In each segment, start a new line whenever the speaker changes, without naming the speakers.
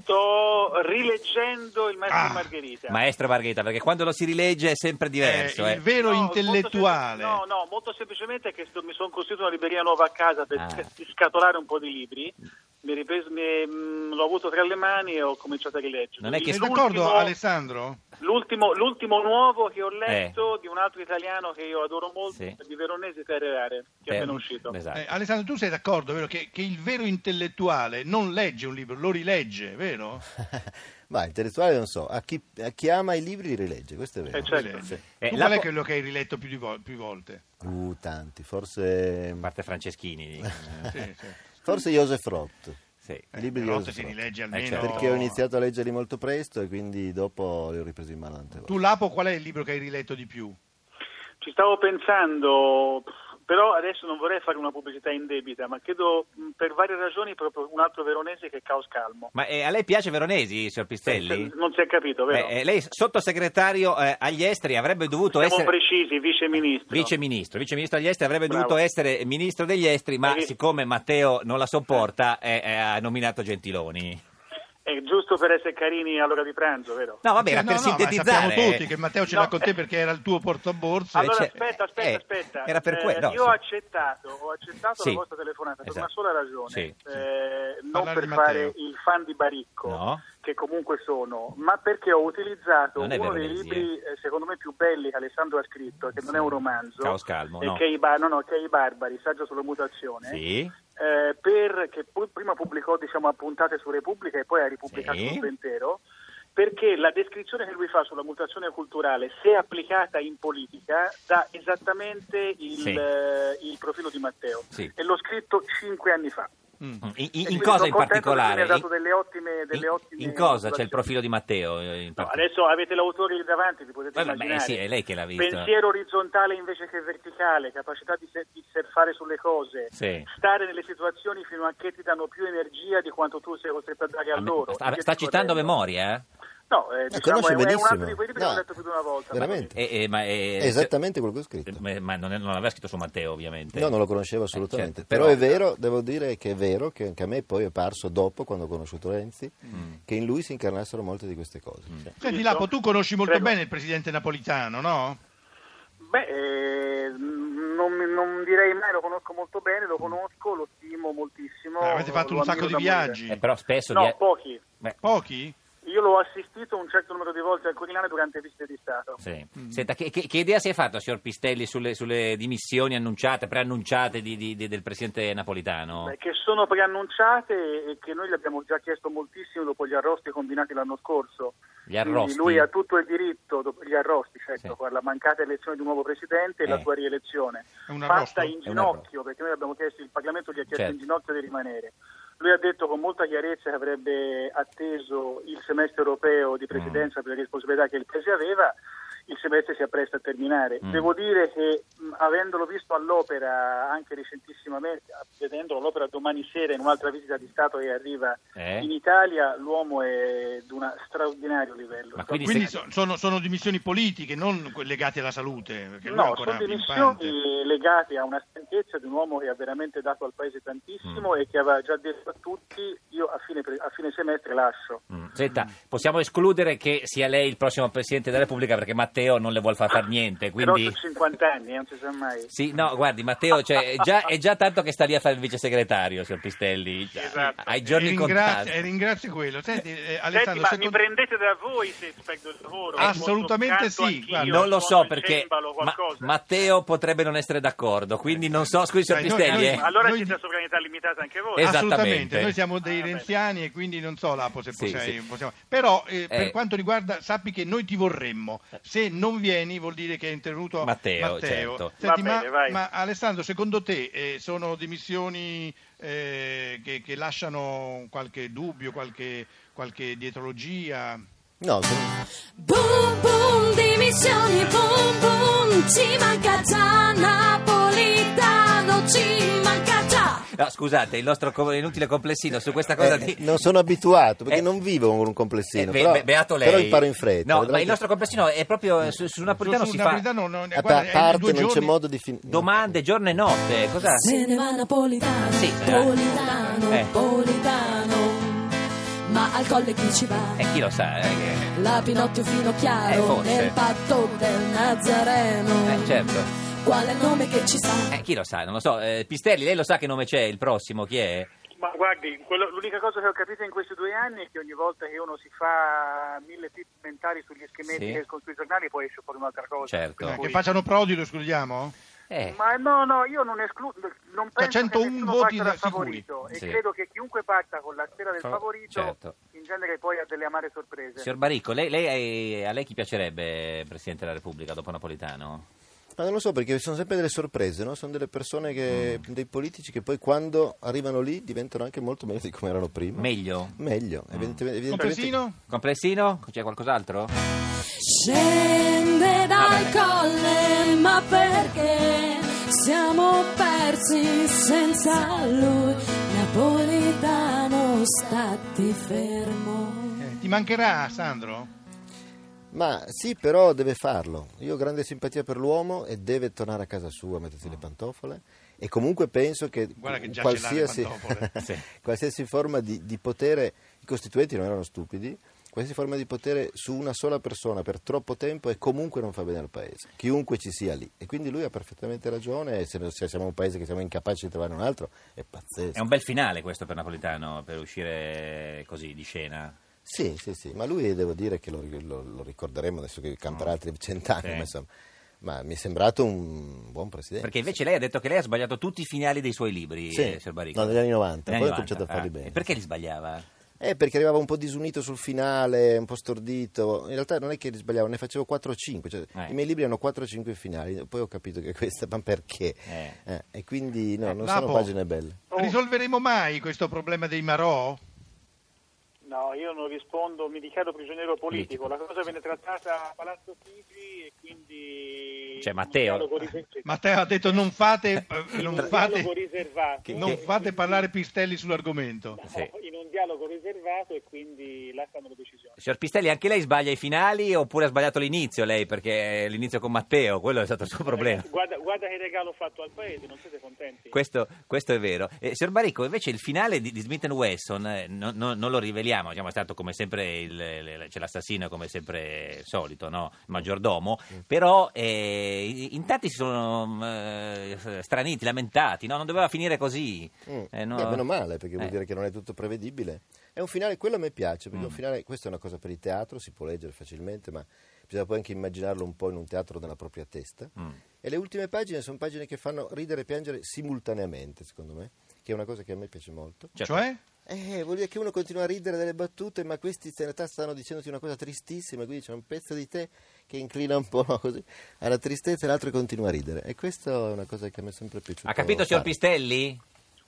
Sto rileggendo il maestro
Ah,
di Margherita.
Maestro Margherita, perché quando lo si rilegge è sempre diverso.
Eh,
eh.
il vero
No, molto
intellettuale.
semplice- no, no, molto semplicemente che sto- mi sono costruito una libreria nuova a casa per
Ah.
sc- scatolare un po' di libri. Mi ripreso- mi- mh, l'ho avuto tra le mani e ho cominciato a rileggere.
Non è che-
Sei
L'ultimo-
d'accordo Alessandro?
l'ultimo, l'ultimo nuovo che ho letto di un altro italiano che io adoro molto,
Eh. Sì.
di Veronese Ferrerare, che è
Eh,
appena uscito.
Esatto.
Eh, Alessandro, tu sei d'accordo, vero? Che, che il vero intellettuale non legge un libro, lo rilegge, vero?
Ma intellettuale non so, a chi, a chi ama i libri li rilegge, questo è vero.
Eh, certo.
Rilegge.
Eh,
tu
la
qual è
po-
quello che hai riletto più, di vo- più volte?
Uh, tanti, forse,
A parte Franceschini. eh,
Sì, sì.
forse Joseph Roth.
sì.
I libri
Eh,
di
Roth
Joseph
si
Roth.
rilegge
Eh,
almeno...
certo.
Perché ho iniziato a leggerli molto presto e quindi dopo li ho ripresi in mano tante volte.
Tu, Lapo, qual è il libro che hai riletto di più?
Ci stavo pensando, però adesso non vorrei fare una pubblicità indebita, ma credo mh, per varie ragioni proprio un altro veronese che è Caos Calmo.
Ma eh, a lei piace Veronesi, signor Pistelli?
Non si è capito, vero?
Beh, eh, lei, sottosegretario eh, agli esteri, avrebbe dovuto
Siamo
essere...
precisi, vice ministro.
Viceministro, viceministro agli esteri avrebbe
Bravo.
dovuto essere ministro degli esteri, ma
Eh,
Sì.
siccome Matteo non la sopporta, eh, eh, ha nominato Gentiloni.
È giusto per essere carini all'ora di pranzo, vero?
No, vabbè, era
Cioè, no,
per
no,
sintetizzare.
Ma sappiamo tutti che Matteo ce l'ha
No.
con te perché era il tuo portaborse.
Allora
cioè,
aspetta, aspetta,
eh,
aspetta.
era per
Eh,
quello,
io
sì.
ho accettato, ho accettato
Sì.
la vostra telefonata per
Esatto.
una sola ragione,
Sì.
Eh, non
Parlare
per
di
fare
Matteo.
il fan di Baricco,
No.
che comunque sono, ma perché ho utilizzato
Non è
uno dei
Veronesi,
libri eh, secondo me più belli che Alessandro ha scritto, che non è un romanzo,
Caos Calmo,
e
no.
che, è i Bar- no, no, che è I Barbari, saggio sulla mutazione.
Sì.
eh, per- che pu- prima pubblicò diciamo, a puntate su Repubblica e poi ha ripubblicato
Sì.
tutto intero, perché la descrizione che lui fa sulla mutazione culturale, se applicata in politica, dà esattamente il,
Sì.
eh, il profilo di Matteo.
Sì.
E l'ho scritto cinque anni fa.
In, in-
E
in
quindi
cosa
sono
in
contento
particolare?
perché mi ha dato delle ottime- delle
in-
ottime
in cosa c'è il
motivazioni.
profilo di Matteo? eh, in
No,
particolare?
adesso avete l'autore lì davanti, vi potete
Vabbè,
immaginare.
eh sì, è lei che l'ha visto.
Pensiero orizzontale invece che verticale, capacità di, se- di surfare sulle cose,
Sì.
stare nelle situazioni fino a che ti danno più energia di quanto tu sei costretto a dare a,
Ah,
loro.
sta,
E
sta
via
citando a
discorrendo.
memoria? eh?
No, eh, diciamo, è,
conosce
è un altro
benissimo.
di quei libri
No,
che ho letto più di una volta.
veramente.
Eh, eh, ma, eh,
È esattamente quello che ho scritto.
eh, Ma, ma non, è- non l'aveva scritto su Matteo, ovviamente.
No, non lo conoscevo assolutamente.
Eh, certo,
però,
però-
è vero, devo dire che è vero che anche a me poi è parso dopo, quando ho conosciuto Renzi,
Mm.
che in lui si incarnassero molte di queste cose. Cioè,
Senti, Lapo, tu conosci molto
Prego.
bene il presidente napolitano, no?
Beh, eh, non, non direi mai, lo conosco molto bene, lo conosco, lo stimo moltissimo.
Eh, avete fatto
lo
un
ammiro
sacco di
da morire.
viaggi.
Eh, però spesso...
No,
via-
pochi.
Beh,
Pochi?
Io l'ho assistito un certo numero di volte al Quirinale durante visite di Stato.
sì. Senta, che, che- che idea si è fatta, signor Pistelli, sulle, sulle dimissioni annunciate, preannunciate di- di- di- del presidente napolitano?
Beh, eh, che sono preannunciate e che noi gli abbiamo già chiesto moltissimo dopo gli arrosti combinati l'anno scorso.
Gli arrosti?
Quindi lui ha tutto il diritto, dopo gli arrosti, certo,
Sì.
con la mancata elezione di un nuovo presidente e la
Eh.
sua rielezione.
È un arrosto?
Fatta in
È un arrosto.
ginocchio, perché noi abbiamo chiesto, il Parlamento gli ha chiesto
Certo.
in ginocchio di rimanere. Lui ha detto con molta chiarezza che avrebbe atteso il semestre europeo
Mm.
di presidenza per le responsabilità che il Paese aveva, il semestre si appresta a terminare.
Mm.
Devo dire che mh, avendolo visto all'opera anche recentissimamente, vedendolo all'opera domani sera in un'altra visita di Stato che arriva
Eh?
in Italia, l'uomo è di un straordinario livello.
Ma quindi
Quindi
se-
so- sono, sono dimissioni politiche, non que- legate alla salute, perché lui è
No,
ancora
sono
pimpante.
dimissioni legate a una stanchezza di un uomo che ha veramente dato al paese tantissimo
Mm.
e che aveva già detto a tutti io a fine, pre- a fine semestre lascio.
Mm. Senta, possiamo escludere che sia lei il prossimo Presidente della Repubblica perché Matteo non le vuole far fare niente,
Però
quindi...
ho 50 anni, eh, non si sa mai.
Sì, no, guardi Matteo, cioè, è, già, è già tanto che sta lì a fare il vice segretario, signor Pistelli,
Esatto.
ai
E
giorni
ringrazio,
contati.
e ringrazio quello. Senti, eh,
Senti,
Alessandro,
ma mi
secondo-
prendete da voi se perdo il lavoro?
Assolutamente
Canto
sì,
anch'io,
guarda.
Non lo
suono
so
il
perché
cembalo,
ma-
qualcosa.
Matteo potrebbe non essere d'accordo, quindi non so, scusi signor
Dai, noi-
Pistelli,
noi-
eh.
Ma allora
Noi-
c'è la sovranità limitata anche voi.
Esatto.
Assolutamente,
Esattamente.
noi siamo dei
Ah, beh.
renziani e quindi non so Lapo se
Sì,
possiamo,
sì.
possiamo- però eh, per
Eh.
quanto riguarda sappi che noi ti vorremmo, se non vieni vuol dire che è intervenuto
Matteo,
Matteo.
certo.
Senti,
Va bene,
ma,
vai.
ma Alessandro secondo te eh, sono dimissioni eh, che, che lasciano qualche dubbio, qualche, qualche dietrologia?
no, sono-
Boom,
Ci manca già Napolitano, ci manca già.
No, scusate, il nostro co- inutile complessino su questa cosa
Eh,
di...
non sono abituato perché
Eh,
non vivo con un
Eh,
complessino.
be-
però,
be- beato lei.
però imparo in fretta.
No, ma
vedrai
il
che- Mm.
nostro complessino è proprio su, su Napolitano
Su- su
si
Napolitano no, eh,
a
guarda,
pa-
è
parte
due
Eh, non c'è
giorni-
modo di
fa
finire.
domande giorno e notte. Cosa?
Se ne va Napolitano,
Ah, Sì, eh.
Napolitano,
Eh.
Napolitano. Ma al colle chi ci va?
E chi lo sa? eh, che-
La Pinocchio fino
Eh,
chiaro
forse.
nel patto del Nazareno.
Eh, certo.
Qual è il nome che ci sa?
Eh, chi lo sa? Non lo so. Eh, Pistelli, lei lo sa che nome c'è il prossimo? Chi è?
Ma guardi, quello- l'unica cosa che ho capito in questi due anni è che ogni volta che uno si fa mille tip mentali sugli schemetti
Sì.
che escono sui giornali poi esce fuori un'altra cosa.
Certo.
Per
Eh,
cui-
Che facciano Prodi, lo escludiamo?
Eh,
Ma no, no, io non escludo, non
Cioè,
penso che
101
nessuno
voti
parta da
da- sicuri.
favorito e
Sì.
credo che chiunque parta con la sfera del
Fa-
favorito
certo.
in genere poi ha delle amare sorprese.
signor Baricco, lei, lei- eh, a lei chi piacerebbe Presidente della Repubblica dopo Napolitano?
Ma non lo so perché sono sempre delle sorprese, no? sono delle persone, che, dei politici che poi quando arrivano lì diventano anche molto meglio di come erano prima.
Meglio?
Meglio, evidentemente. evidentemente
Complessino?
Complessino? C'è qualcos'altro?
Scende dal colle, ma perché siamo persi senza lui? Napolitano, stati fermo.
Eh, ti mancherà, Sandro?
Ma sì, però deve farlo. Io ho grande simpatia per l'uomo e deve tornare a casa sua, mettersi le pantofole. E comunque penso che,
Guarda che già ce l'ha le
qualsiasi,
pantofole.
Sì.
qualsiasi forma di, di potere, i costituenti non erano stupidi, qualsiasi forma di potere su una sola persona per troppo tempo e comunque non fa bene al paese, chiunque ci sia lì. E quindi lui ha perfettamente ragione e se, non- se siamo un paese che siamo incapaci di trovare un altro è pazzesco.
È un bel finale questo per Napolitano, per uscire così di scena.
Sì, sì, sì, ma lui devo dire che lo, lo- lo ricorderemo adesso che camperà altri cent'anni,
Mm. Sì.
ma, insomma, ma mi è sembrato un buon presidente.
Perché invece lei ha detto che lei ha sbagliato tutti i finali dei suoi libri,
Sì.
eh, signor Baricco.
No, negli anni 90,
Negli
poi
anni
ho cominciato a
90,
farli
ah.
bene.
E perché li sbagliava?
Eh, perché arrivava un po' disunito sul finale, un po' stordito. In realtà non è che li sbagliavo, ne facevo 4 o 5. Cioè,
Eh.
I miei libri hanno 4 o 5 finali, poi ho capito che questa, ma perché?
Eh.
Eh, e quindi no, non
Lapo.
sono pagine belle.
Risolveremo mai questo problema dei Marò?
No, io non rispondo, mi dichiaro prigioniero politico, la cosa viene trattata a Palazzo Figi e quindi...
Cioè, Matteo.
Un dialogo ris-
Matteo ha detto non fate, eh,
in
non
un
fate,
dialogo riservato.
Che-
non fate parlare Pistelli sull'argomento.
Sì.
In un dialogo riservato e quindi lasciano la decisione.
Signor Pistelli, anche lei sbaglia i finali oppure ha sbagliato l'inizio lei? Perché l'inizio con Matteo, quello è stato il suo problema.
Eh, Guarda, guarda che regalo ho fatto al paese, non siete contenti?
Questo, questo è vero. Eh, signor Baricco, invece il finale di, di Smith Wesson eh, no- no- non lo riveliamo, diciamo, è stato come sempre il, il- c'è l'assassino come sempre eh, solito, no? il maggiordomo,
Mm.
però eh, in- in tanti si sono mm, eh, straniti, lamentati, no? non doveva finire così.
Mm.
Eh, no.
Beh, meno male, perché vuol
Eh.
dire che non è tutto prevedibile. È un finale, quello a me piace, perché un finale, questa è una cosa per il teatro, si può leggere facilmente, ma bisogna poi anche immaginarlo un po' in un teatro della propria testa. E le ultime pagine sono pagine che fanno ridere e piangere simultaneamente, secondo me, che è una cosa che a me piace molto.
Certo.
Cioè?
Eh, vuol dire che uno continua a ridere delle battute, ma questi in realtà stanno dicendoti una cosa tristissima, quindi c'è un pezzo di te che inclina un po' così alla tristezza e l'altro continua a ridere. E questa è una cosa che a me è sempre piaciuta.
Ha capito, signor Pistelli?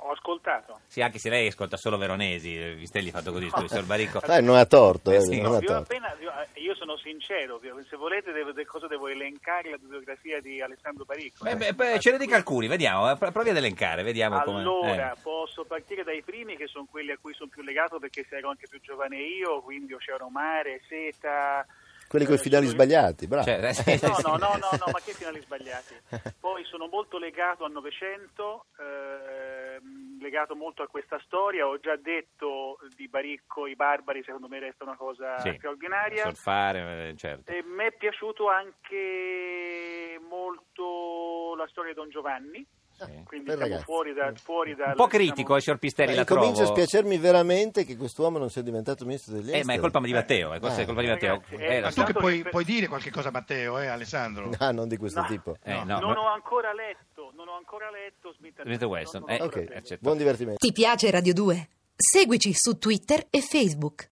Ho ascoltato.
Sì, anche se lei ascolta solo Veronesi, eh, Pistelli ha fatto così, scusi, signor Baricco.
Dai, non ha torto, eh,
Eh sì.
non ha
Vi ho
torto.
appena- vi ho- eh, io sono sincero, vi ho- se volete devo, de- cosa devo elencare la bibliografia di Alessandro Baricco.
Eh, Beh, beh, beh, ce ne dica alcuni, vediamo, eh, pro- provi ad elencare, vediamo come...
Allora,
eh.
posso partire dai primi che sono quelli a cui sono più legato perché ero anche più giovane io, quindi Oceano Mare, Seta.
Quelli con i
eh,
finali
sono-
sbagliati, bravo.
Cioè, eh, sì,
No,
sì.
no, no, no, no, ma che finali sbagliati. Poi sono molto legato al Novecento, ehm, legato molto a questa storia. Ho già detto di Baricco, i barbari secondo me resta una cosa
Sì.
straordinaria.
Surfare, eh, certo.
E mi è piaciuto anche molto la storia di Don Giovanni, quindi
bel
siamo
ragazzo.
fuori, da, fuori dal...
Un po'
diciamo-
critico, eh, signor Pistelli,
Ma
la trovo.
comincia a spiacermi veramente che quest'uomo non sia diventato ministro degli esteri.
Eh, ma è colpa di Matteo, è colpa,
Ah.
è colpa di Matteo.
Ragazzi,
Eh,
eh,
lo
Ma
so.
tu che
Tanto
puoi,
che-
puoi dire qualche cosa a Matteo, eh, Alessandro?
No, Ah, non di questo
No.
tipo.
Eh, no,
non
ma-
ho ancora letto, non ho ancora letto Smith, and
Smith and Wesson,
non ho
eh,
ancora
Ok,
letto.
accetto.
buon divertimento.
Ti piace Radio 2? Seguici su Twitter e Facebook.